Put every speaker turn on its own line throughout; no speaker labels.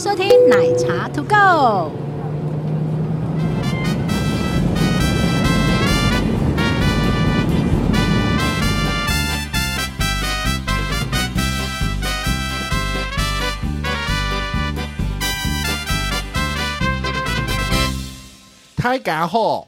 收听奶茶 To Go。
胎嘎后，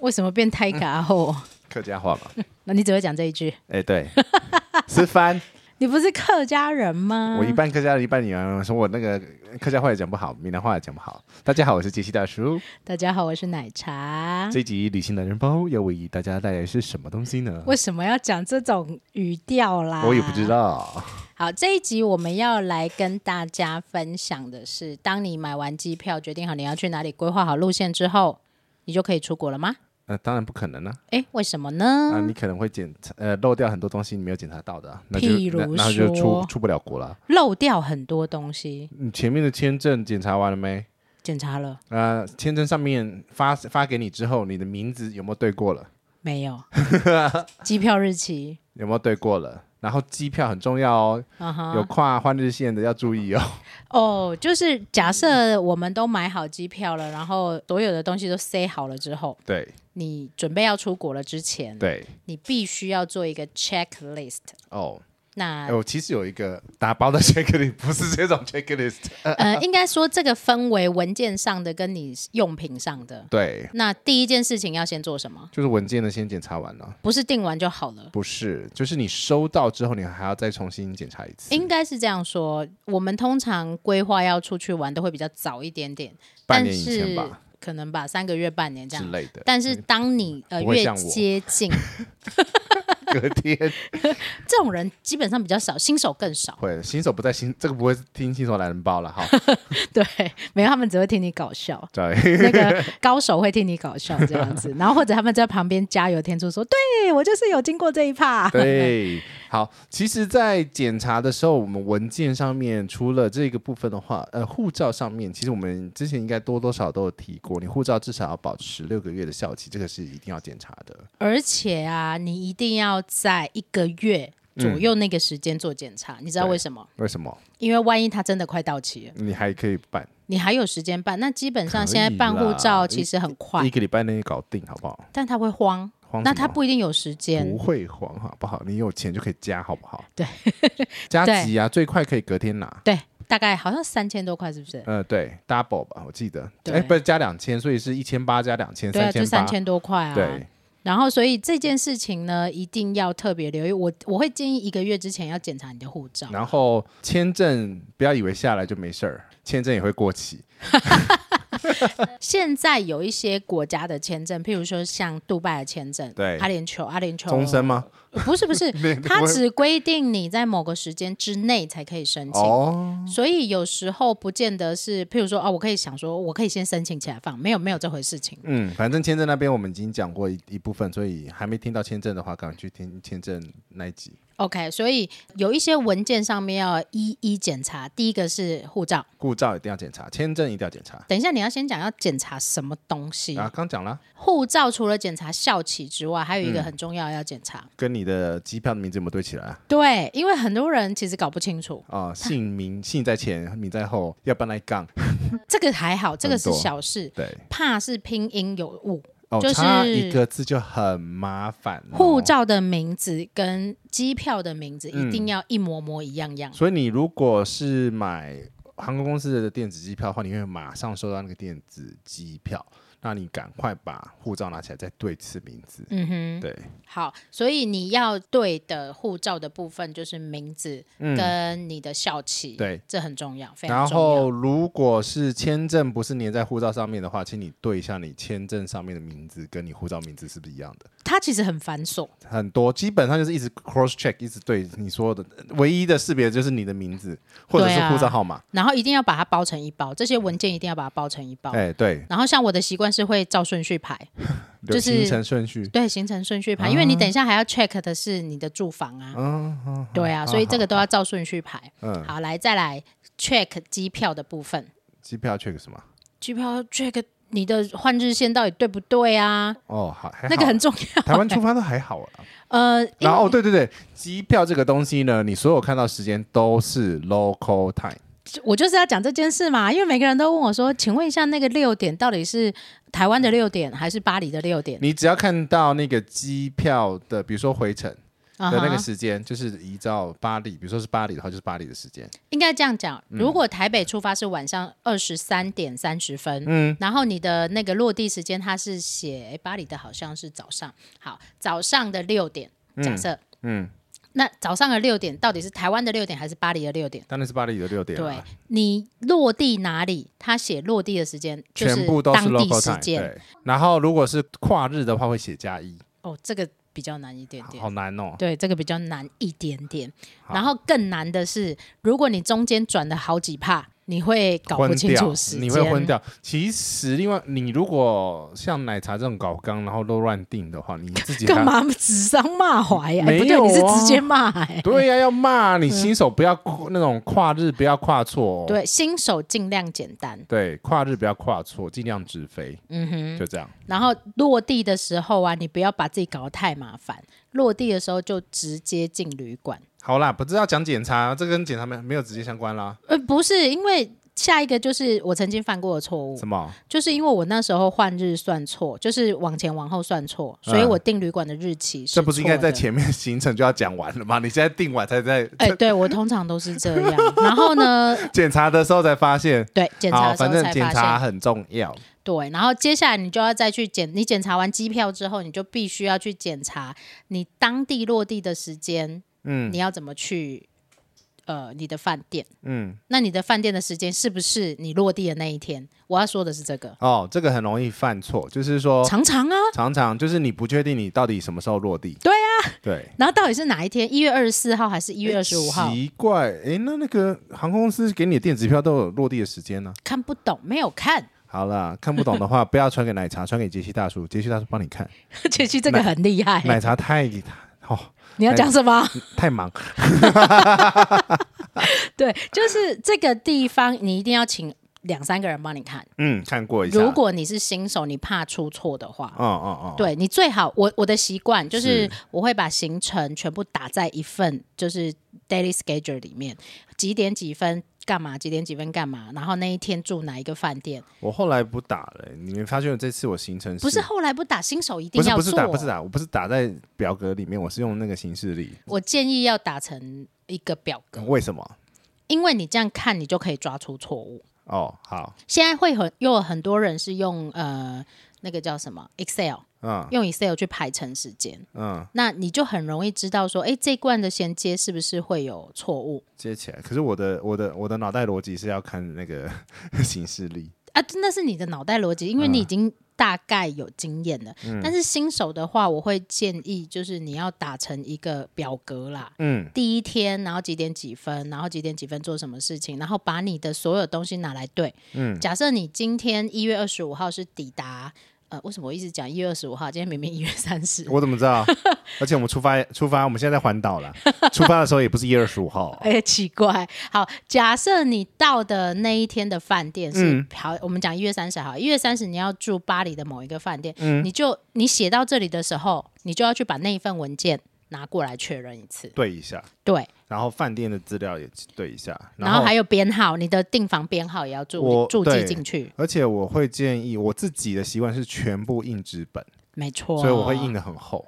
为什么变胎嘎后？
客家话嘛？
那你只会讲这一句？
哎、对， 吃饭。
你不是客家人吗？
我一半客家人，一半闽南人。说我那个客家话也讲不好，闽南话也讲不好。大家好，我是杰西大叔。
大家好，我是奶茶。
这一集旅行男人包要为大家带来是什么东西呢？
为什么要讲这种语调啦？
我也不知。道。
好，这一集我们要来跟大家分享的是，当你买完机票，决定好你要去哪里，规划好路线之后，你就可以出国了吗？
呃，当然不可能啦、
诶，为什么
啊！
呢？
你可能会检查呃漏掉很多东西，你没有检查到的啊、那就
譬如
那然后就
说
出出不了国了。
漏掉很多东西，
你前面的签证检查完了没？
检查了
呃，签证上面发发给你之后，你的名字有没有对过了？
没 有？机票日期，
有没有对过了？然后机票很重要哦，
嗯哼，
有跨换日线的要注意哦。
哦，就是假设
嗯
我们都买好机票了，然后所有的东西都塞好了之后，
对
你准备要出国了之前，
对
你必须要做一个 checklist。
哦，
那
哎我其实有一个打包的 checklist，不是这种 checklist。
呃，应该说这个分为文件上的跟你用品上的。
对，
那第一件事情要先做什么？
就是文件的先检查完了，
不是订完就好了。
不是，就是你收到之后，你还要再重新检查一次，
应该是这样说，我们通常规划要出去玩都会比较早一点点，但
半年以前
是
吧
可能吧，三个月、半年这
之
样。
类的。
但是当你呃
嗯不会
越
像我
接近，
隔天
这种人基本上比较少，新手更少。
会新手不在新，这个不会听新手懒人包了 哈。，
对，没有他们只会听你搞笑
对，
那个高手会听你搞笑这样子，然后或者他们在旁边加油添醋说：“对我就是有经过这一趴。”，
对，好，其实，在检查的时候，我们文件上面除了这个部分的话，呃，护照上面，其实我们之前应该多多少都有提过，你护照至少要保持六个月的效期，这个是一定要检查的。
而且啊，你一定要在一个月左右那个时间做检查，
嗯
你知道为什么？
为什么？
因为万一它真的快到期了，
你还可以办
你还有时间办。那基本上
可以
现在办护
啦
照
一
其实很快
一，个礼拜内搞定，好不好？
但他会慌，
慌
那
什
他
么
不一定有时间
不。会慌，好不好？你有钱就可以加，好不好？
对，
加
对
急啊，最快可以隔天拿。
对，大概好像三千多块，是不是？
呃，对，double 吧，我记得，
对
哎，不是加两千，所以是一千八加两千，
对啊，就三
八，
千多块啊。
对，
然后，所以这件事情呢，一定要特别留意。我我会建议一个月之前要检查你的护照。
然后签证不要以为下来就没事儿，签证也会过期。
现在有一些国家的签证，譬如说像杜拜的签证，
对
阿联酋，阿联酋
终身吗？
不是不 是
那，个
它
我
只规定你在某个时间之内才可以申请。
哦，
所以有时候不见得是，譬如说哦，我可以想说，我可以先申请起来放，没有没有这回事情。
嗯，反正签证那边我们已经讲过一一部分，所以还没听到签证的话，赶快去听签证那一集。
OK，所以有一些文件上面要一一检查。第一个是护照，
护照一定要检查，签证一定要检查。
等一下你要先讲要检查什么东西。
啊，刚讲了，
护照除了检查校企之外，还有
嗯
一个很重要要检查。
跟你的机票的名字有没有对起来啊？
对，因为很多人其实搞不清楚，
啊，姓名姓在前，名在后，要不然来杠。
这个还好，这个是
很多
小事，
对，
怕是拼音有误。
哦，
就是
差一个字就很麻烦、哦。
护照的名字跟机票的名字
嗯
一定要一模模一样样。
所以你如果是买航空公司的电子机票的话，你会马上收到那个电子机票，那你赶快把护照拿起来再对次名字。
嗯哼，
对，
好，所以你要对的护照的部分就是名字
嗯，
跟你的校企，
对。
这很重要，非常
然
重要。
后，如果是签证不是粘在护照上面的话，请你对一下你签证上面的名字跟你护照名字是不是一样的。
它其实很繁琐，
很多基本上就是一直 cross check，一直对你说的，唯一的识别就是你的名字或者是
对啊
护照号码。
然后一定要把它包成一包，这些文件一定要把它包成一包。
哎、嗯对，
然后像我的习惯是会照顺序排，
流
就是
行程顺序。
对，行程顺序排，因为你等一下还要 check 的是你的住房啊，对啊，所以这个都要照顺序排。
嗯，
好，来再来 check 机票的部分，
机票 check 什么？
机票 check 你的换日线到底对不对啊？
哦，好，还好
那个很重要。
台湾出发都还好啊。
呃，因
然后，哦对对对，机票这个东西呢，你所有看到时间都是 local time，
我就是要讲这件事嘛，因为每个人都问我说：“请问一下，那个六点到底是台湾的六点还是巴黎的六点
你只要看到那个机票的，比如说回程
啊
的
哈
那个时间，就是依照巴黎，比如说是巴黎的话，就是巴黎的时间。
应该这样讲，
嗯
如果台北出发是晚上二十三点三十分，嗯，然后你的那个落地时间它是写诶巴黎的好像是早上，好，早上的六点，假设，
嗯，
那早上的六点到底是台湾的六点还是巴黎的六点？
当然是巴黎的六点了
对
啊，
你落地哪里，它写落地的时间就是
全部都是
当
local
地时
time。
间。
对，然后如果是跨日的话，会写加一，
哦，这个比较难一点
好
点
好。难哦。
对，这个比较难一点点。
好
然后更难的是，如果你中间转了好几帕，你会搞不
昏
清
掉
楚时，间，
你会昏掉。其实，另外，你如果像奶茶这种搞刚，然后都乱定的话，你自己还
干？嘛指桑骂槐呀、哎不
没
对，
有
你是
啊
直接骂、哎
对呀、要骂你新手不要跨那种跨日不要跨错、哦。
对，新手尽量简单。
对，跨日不要跨错，尽量直飞。嗯哼，就这样。
然后落地的时候啊，你不要把自己搞得太麻烦。落地的时候就直接进旅馆。
好啦，不知道讲检查，这跟检查没没有直接相关啦。
呃，不是，因为下一个就是我曾经犯过的错误，
什么？
就是因为我那时候换日算错，就是往前往后算错，所以
嗯
我订旅馆的日期是
这不是应该
错
在
的
前面行程就要讲完了吗？你现在定完才在
哎、对我通常都是这样。然后呢，
检查的时候才发现。
对检查
好，
的时
反
候
正
才
检
发
查
现，
很重要。
对。然后接下来你就要再去检，你检查完机票之后，你就必须要去检查你当地落地的时间，
嗯
你要怎么去呃你的饭店。
嗯，
那你的饭店的时间是不是你落地的那一天？我要说的是这个，
哦，这个很容易犯错，就是说
常常啊，
常常就是你不确定你到底什么时候落地。对啊，对。
然后到底是哪一天？一月二十四号还是一月二十五号？
奇怪，哎，那那个航空公司给你的电子票都有落地的时间哦呢、
看不懂，没有看。
好啦，看不懂的 话，不要传给奶茶，传给杰西大叔，杰西大叔帮你看。
其实这个很厉害、
奶茶太哦
你要讲什么？
太忙，
对，就是这个地方，你一定要请两三个人帮你看。
嗯，看过一下。
如果你是新手，你怕出错的话，
哦哦哦，
对你最好，我我的习惯就是
是
我会把行程全部打在一份就是 daily schedule 里面，几点几分干嘛，几点几分干嘛，然后那一天住哪一个饭店。
我后来不打了、你们发现这次我行程
不是后来不打，新手一
不
定
是
要
不是
做。
打不是打，我不是打在表格里面，我是用那个形式力。
我建议要打成一个表格，
为什么？
因为你这样看，你就可以抓出错误。
哦，好，
现在会很又有很多人是用呃那个叫什么 Excel，
嗯
用 Excel 去排成时间，
嗯，
那你就很容易知道说，哎，这一罐的衔接是不是会有错误
接起来。可是我的我的我的脑袋逻辑是要看那个 形式力。
啊？那是你的脑袋逻辑，因为
嗯
你已经大概有经验了。但是新手的话，我会建议就是你要打成一个表格啦。
嗯，
第一天，然后几点几分，然后几点几分做什么事情，然后把你的所有东西拿来对。嗯，假设你今天一月二十五号是抵达，呃，为什么我一直讲一月二十五号？今天明明一月三十，
我怎么知道？而且我们出发出发，我们现在在环岛了，出发的时候也不是一月二十五号。
哎、奇怪。好，假设你到的那一天的饭店是、好，我们讲一月三十号，一月三十你要住巴黎的某一个饭店，你就你写到这里的时候，你就要去把那一份文件拿过来确认一次。
对一下，
对，
然后饭店的资料也对一下，
然后还有编号，你的订房编号也要注
我
注记
对
进去，
而且我会建议我自己的习惯是全部印纸本，
没错。
所以我会印。的很厚。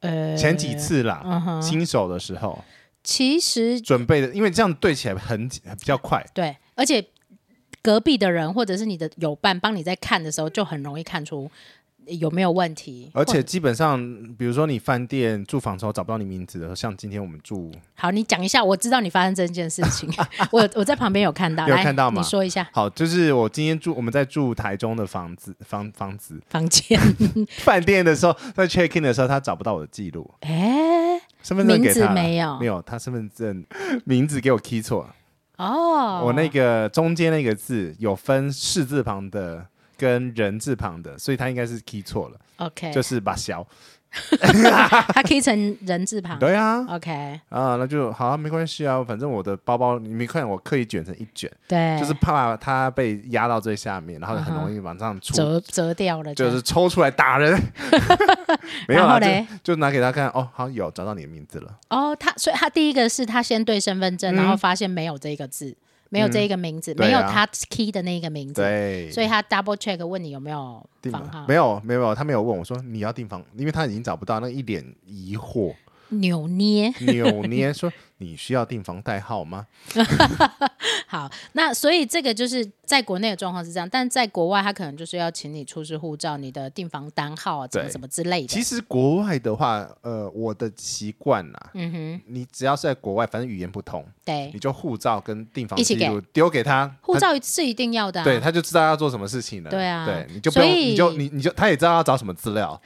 呃，
前几次啦，新手的时候
其实
准备的，因为这样对起来很比较快。
对，而且隔壁的人或者是你的友伴帮你在看的时候，就很容易看出有没有问题，或
而且基本上，比如说你饭店住房的时候找不到你名字的时候，像今天我们住，
好，你讲一下，我知道你发生这件事 情，我我在旁边有看到，
有
来
看到吗
你说一下
好，就是我今天住我们在住台中的房子房房子
房 间，
饭店的时候，在 check in 的时候，他找不到我的记录，
哎、
身份证
名
给
字
他
没有
没有，他身份证名字给我 key 错，
哦，
我那个中间那个字有分士字旁的跟人字旁的，所以他应该是 key 错了，
OK，
就是把小，
它可以成人字旁
对啊，
，OK，
啊，那就好、啊，没关系啊，反正我的包包你没看我刻意卷成一卷，
对，
就是怕它被压到最下面，然后很
嗯哼
容易往上出。
折折掉了这
就
样，
是抽出来 打人，没有
然后
啦，
嘞
就就拿给他看，哦，好有找到你的名字了，
哦，他所以他第一个是他先对身份证，然后发现没有这个字，没有这一个名字，
嗯对啊
没有他 key 的那一个名字，
对，啊
所以他 double check 问你有没有
订
房号
房，没有没有没有，他没有问我说你要订房，因为他已经找不到，那一脸疑惑
扭捏。
扭捏说你需要订房代号吗？
好，那所以这个就是在国内的状况是这样，但在国外他可能就是要请你出示护照、你的订房单号啊，怎么
对
怎么之类的。
其实国外的话，呃，我的习惯啦，
嗯哼，
你只要是在国外，反正语言不通，
对
你，就护照跟订房
一起
记录丢给他，
护
他
照是一定要的、啊。
对，他就知道要做什么事情了。
对啊
对，你就不用，
所以
你就你你就他也知道要找什么资 料。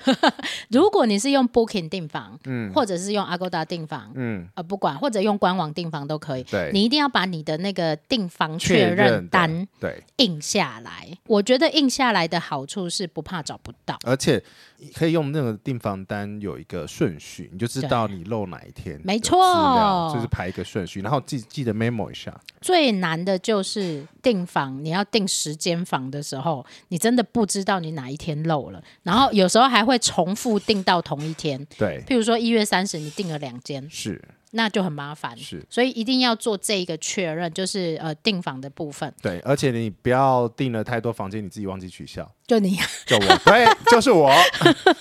如果你是用 Booking 订房，或者是用 Agoda 订房，
嗯，
呃，不管或者用官网订房都可以。
对
你一定要把你的那个订房
确
确认
的
单
对，
印下来。我觉得印下来的好处是不怕找不到。
而且可以用那个订房单有一个顺序，你就知道你漏哪一天的资料。
没错
就是排一个顺序，然后记记得 memo 一下。
最难的就是订房，你要订十间房的时候，你真的不知道你哪一天漏了，然后有时候还会重复订到同一天。
对，
譬如说一月三十，你订了两间，
是
那就很麻烦。
是，
所以一定要做这一个确认，就是呃订房的部分。
对，而且你不要订了太多房间，你自己忘记取消。
就你，
就我， 对，就 是我。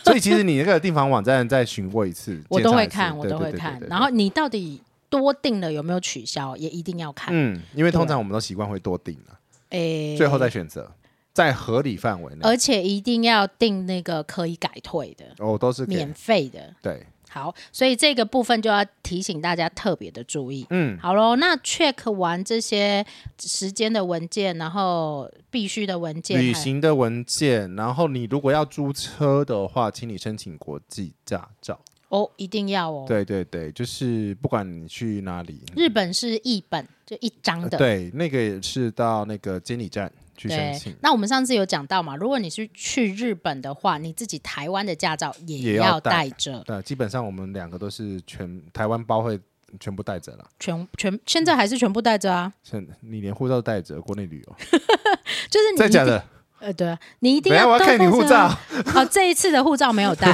所以其实你那个订房网站再询过一次，
我都会
检查一
看，
次
我都会看。然。
对对对对对
后
对
你到底多订了有没有取消，也一定要看。
嗯，因为通常我们都习惯会多订啊，
诶、
最后再选择，在合理范围内。
嗯而且一定要订那个可以改退的、
哦，都是给
免费的。
对，
好，所以这个部分就要提醒大家特别的注意。
嗯，
好喽，那 check 完这些时间的文件，然后必须的文件，
旅行的文件，然后你如果要租车的话，请你申请国际驾照。
哦，一定要哦。
对对对，就是不管你去哪里，
日本是一本，就一张
呃
的。
对，那个也是到那个监理站去申
对
请，，
那我们上次有讲到嘛，如果你是去日本的话，你自己台湾的驾照
也
也
要
要
带
带着。
对，基本上我们两个都是全台湾包会全部带着啦。
全全现在还是全部带着啊，
现你连护照都带着，国内旅游，
就是你
真的
一定
假的？
呃，对啊，你一定
等一下我要
都
看你
带着
护
啊
照。
哦，这一次的护照没有带，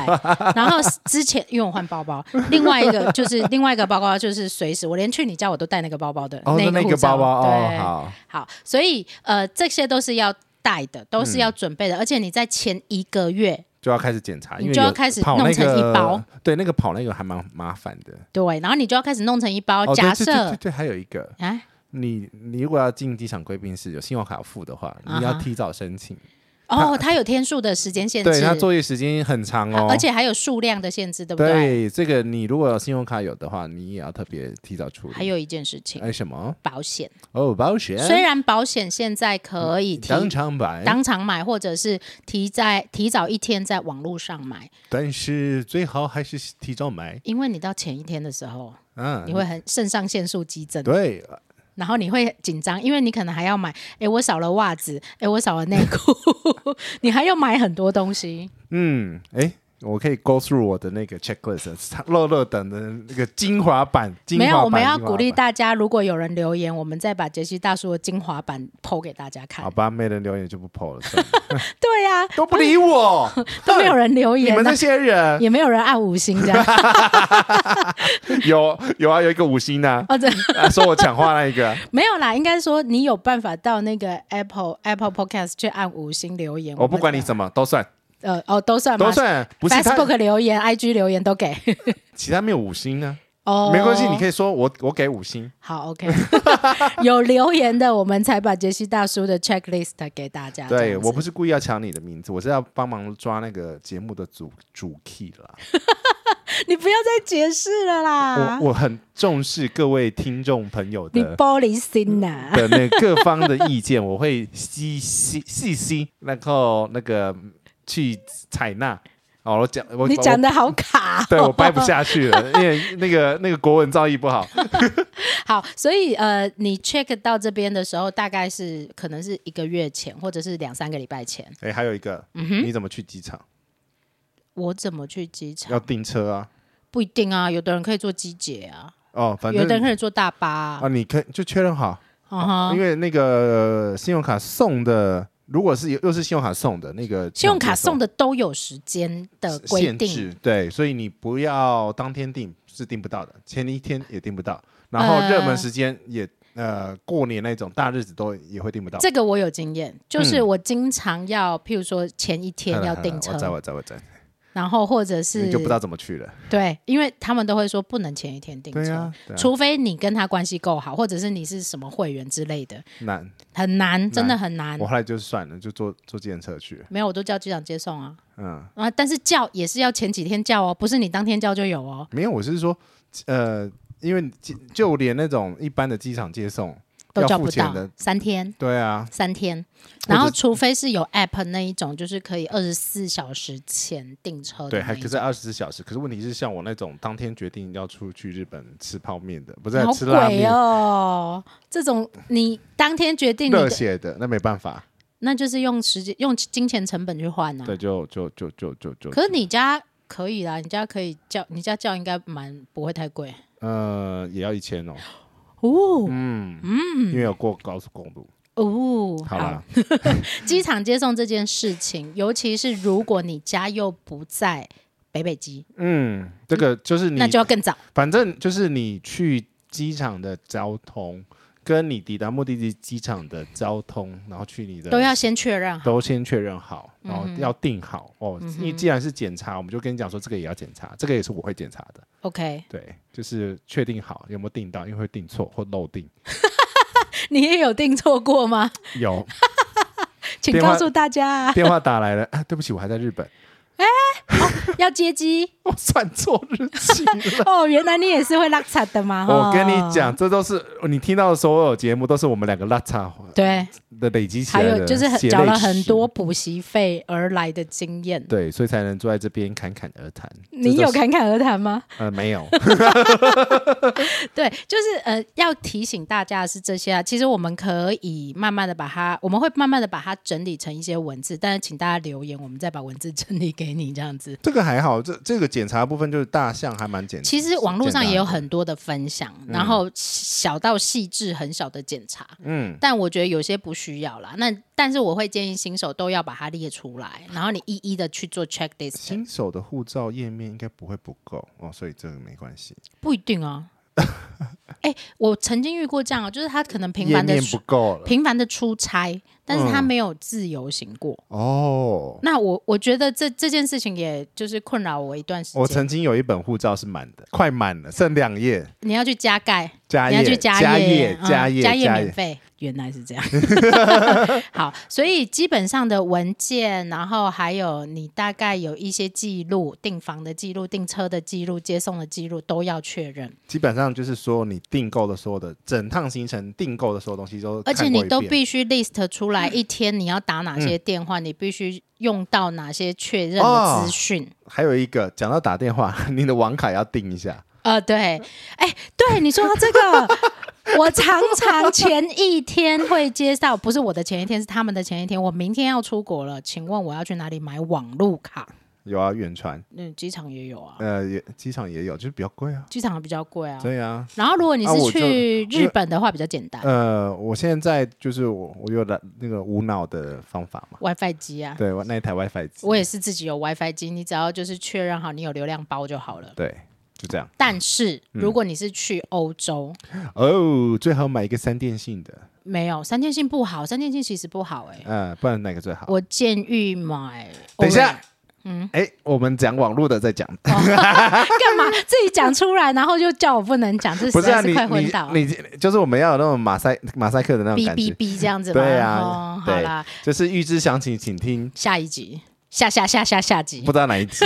然后之前因为我换包包，另外一个就是另外一个包包就是随时我连去你家我都带那个包包的
哦，
那
那
个
那
护
个
照
包包
对，
哦，好，
好，所以呃这些都是要带的，都是要
嗯
准备的，而且你在前一个月
就要开始检查，
你
因为
就要
有
开始
跑
弄
那
成
个
一包
对，那个跑那个还蛮麻烦的。
对，然后你就要开始弄成一包，
哦，对
假
对对对
设
对，还有一个，
啊
你你如果要进机场贵宾室有信用卡付的话，
啊哈
你要提早申请，
哦，它有天数的时间限制，啊
对，它作业时间很长哦，
而且还有数量的限制，对不对？
对这个你如果有信用卡有的话，你也要特别提早处理。
还有一件事情，
哎什么？
保险。
哦，保险，
虽然保险现在可以提
嗯当场买，
当场买，或者是提在提早一天在网络上买，
但是最好还是提早买，
因为你到前一天的时候，
嗯，
你会很肾上腺素激增，
对，
然后你会紧张，因为你可能还要买，诶，我少了袜子，诶，我少了内裤， 你还要买很多东西。
嗯，哎，我可以 go through 我的那个 checklist，乐 乐等的那个精华版，精华
没
版
有，我们要
精华版
鼓励大家，如果有人留言，我们再把杰西大叔的精华版剖给大家
好
看。
吧，没人留言就不 PO 了，算了
对呀、
都不 理我，
都没有人留
你
言、
们
啊
这，些 人
也没有人按五星这样。
有有啊，有一个五星呐、
哦，对。
啊，说我讲话那一 个，
没有啦，应该说你有办法到那个 Apple Apple Podcast 去按五星留言。
我不管你
们
怎么都算，
呃哦都算吗
都算，不是他
Facebook 留言、IG 留言都给
其他没有五星呢、
哦，
没关系，你可
以
以说我我给五星，
好 OK。有留言的，我们才把杰西大叔的 checklist 给大家。啊这
对
样子
我不是故意要抢你的名字，我是要帮忙抓那个节目的主主 key 啦，
你不要再解释了啦，
我我很重视各位听众朋友
啊你
的。
玻璃心啊呐、
的那各方的意见，我会细细细心，然后那个嗯去采纳。哦，我讲我
你
我
讲的好卡、哦，
对我掰不下去了， 因为那个那个国文造诣不好。
好，所以呃，你 check 到这边的时候，大概是可能是一个月前，或者是两三个礼拜前。
哎，还有一个，
嗯
你怎么去机场？
我怎么去机场？
要订车啊？
不一定啊，有的人可以坐机姐啊，
哦，反
有
正
的人可以坐大巴啊
啊，。你可以就确认好，
嗯哼
因为那个信用卡送的，如果是又是信用卡送的那个
信用卡送
的
的都有时间的规
限
定，
制，对，所以你不要当天订是订不到的，前一天也订不到，然后热门
呃
时间也呃过年那种大日子都也会订不到。
这个我有经验，
嗯
就是我经常要，譬如说前一天要订车
我，在我在我在，
然后或者
你
是
就不知道怎么去了。
对，因为他们都会说不能前一天订
对
车，
啊，对啊
除非你跟他关系够好，或者是你是什么会员之类的，
难。
很难，真的很难
我。后来就算了，就坐坐计程车去。
没有，我都叫机长接送啊。
嗯，
啊，但是叫也是要前几天叫哦，不是你当天叫就有哦。
没有，我是说，呃，因为就就连那种一般的机场接送
都
要
叫
付
不
钱
到
的，，
三天，
对啊，
三天。
或
然后
者
除非是有 app 那一种，就是可以二十四小时前订车的
对，
哦那
还
一
可
种。
是二十四小时。可是问题是，像我那种当天决定要出去日本吃泡面的，不是
好
吃拉
鬼
面，
哦！这种你当天决定你
热
的，
血的，那没办法，
那就是用时间、用金钱成本去换啊。
对，就就就就就就，
可是你家可以啦，你家可以叫，你家叫应该蛮不会太贵
呃，也要一千哦，
哦
因为有过高速公路。
哦。
好啦，
机场接送这件事情，尤其是如果你家又不在北北基，
嗯，这个就是你
那，就要更早。
反正就是你去机场的交通，跟你抵达目的地机场的交通，然后去你的
都要嗯先确认好。
都先确认好，然后要定好、哦。
嗯
因为既然是检查，我们就跟你讲说这个也要检查，这个也是我会检查的。
OK，
对，就是确定好有没有定到，因为会定错或漏定。
你也有订错过吗？
有
请
电话
告诉大家 啊、
电话打来了、啊，对不起，我还在日本，
要接机
我算错日 期了。
哦。原来你也是会拉扯的 嘛？
我
吼
跟你，讲，这都是你听到的所有节目，都是我们两个拉差
对，
的累积起
还
来的，
有就是很
血泪
缴了很
史
多补习费而来的经验。
对，所以才能坐在这边侃侃而谈。
你
这
有
都是？
侃侃而谈吗？
呃，没有。
对，就是呃，要提醒大家的是这些啊。其实我们可以慢慢的把它，我们会慢慢的把它整理成一些文字，但是请大家留言，我们再把文字整理给你这样子。
这个还好，这这个检查部分就是大象还蛮简单。
其实网络上也有
简单嗯
很多的分享，然后小到细致很小的检查，
的嗯，
但我觉得有些不需要啦。那但是我会建议新手都要把它列出来，然后你一一的去做 check list，
新手的护照页面应该不会不够哦，所以这个没关系。
不一定啊。 哎、我曾经遇过这样啊，就是他可能频
页
繁的
面不够了
频繁的出差，但是他
嗯
没有自由行过。
哦。
那我我觉得这这件事情也就是困扰我一段时
我
间。
曾经有一本护照是满的，快满了，剩两页，
你要去加盖，
加
你
页，
要去加
页，
嗯
加页，
加
加
免
页。
费。原来是这 样， 好，所以基本上的文件，然后还有你大概有一些记录，订房的记录、订车的记录、接送的记录都要确认，
基本上就是说，你订购的所有的整趟行程订购的所有东西都
而
看过
且
一
你
遍，嗯
都必须 list 出来，一天你要打哪些电话，你必须用到哪些确认的
哦
资讯。
还有一个讲到打电话，你的网卡要订一下，
呃，对，哎，对，你说到这个， 我常常前一天会接到，不是我的前一天，是他们的前一天。我明天要出国了，请问我要去哪里买网路卡？
有啊，远传，
嗯，机场也有啊，
呃，也机场也有，就是比较贵啊，
机场比较贵啊。
对啊。
然后如果你
啊
是
我就
去
因为
日本的话，比较简单
呃，我现在就是我，我有了那个无脑的方法嘛，
，WiFi 机啊。
对，我那一台 WiFi 机，
我也是自己有 WiFi 机，你只要就是确认好你有流量包就好了。
对，就这样。
但是
嗯
如果你是去欧洲，
哦，最好买一个三电信的，
没有三电信不好，三电信其实不好哎、
呃，不然哪个最好？
我建议买。
等一下，嗯，哎，我们讲网络的 再讲，
干嘛自己讲出来，然后就叫我不能讲，这
不
实
是啊，
在
你
快昏倒。
你你就是我们要有那种马赛马赛克的那种
哔
感
哔
觉，
哔这样子吗？
对啊
哦、
对
好啦，
就是预知详情，请听
下一集，下下下下下集
不。知道哪一 集，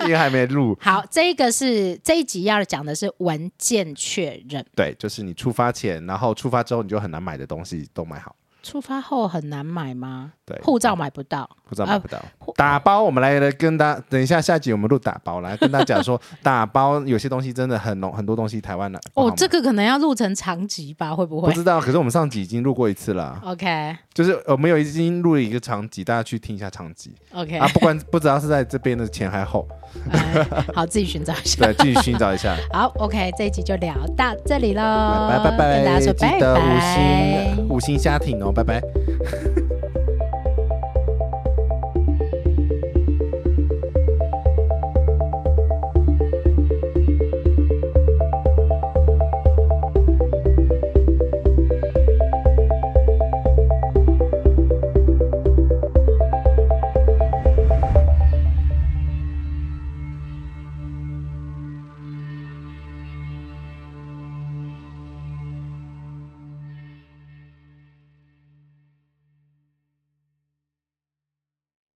因为还没录。
好，这个是这一集要讲的是文件确认，
对，就是你出发前，然后出发之后你就很难买的东西都买好，
出发后很难买吗？
对
护照买不到，
不知道
啊
买不到。打包，我们来来跟大等一下下集我们录打包来跟大家 讲说，打包有些东西真的很浓，很多东西台湾的
哦，这个可能要录成长集吧？会不
不
会
知道，可是我们上集已经录过一次了。啊
？OK
就是呃我们有已经录了一个长集，大家去听一下长集
OK，、
啊，不管不知道是在这边的前还后，
哎好，自己寻找一下。
对，自己寻找 一下。
好，OK，这一集就聊到这里喽，
拜拜拜
跟大
拜，
家说
记
拜
得
拜。
五星五星家庭哦，拜拜。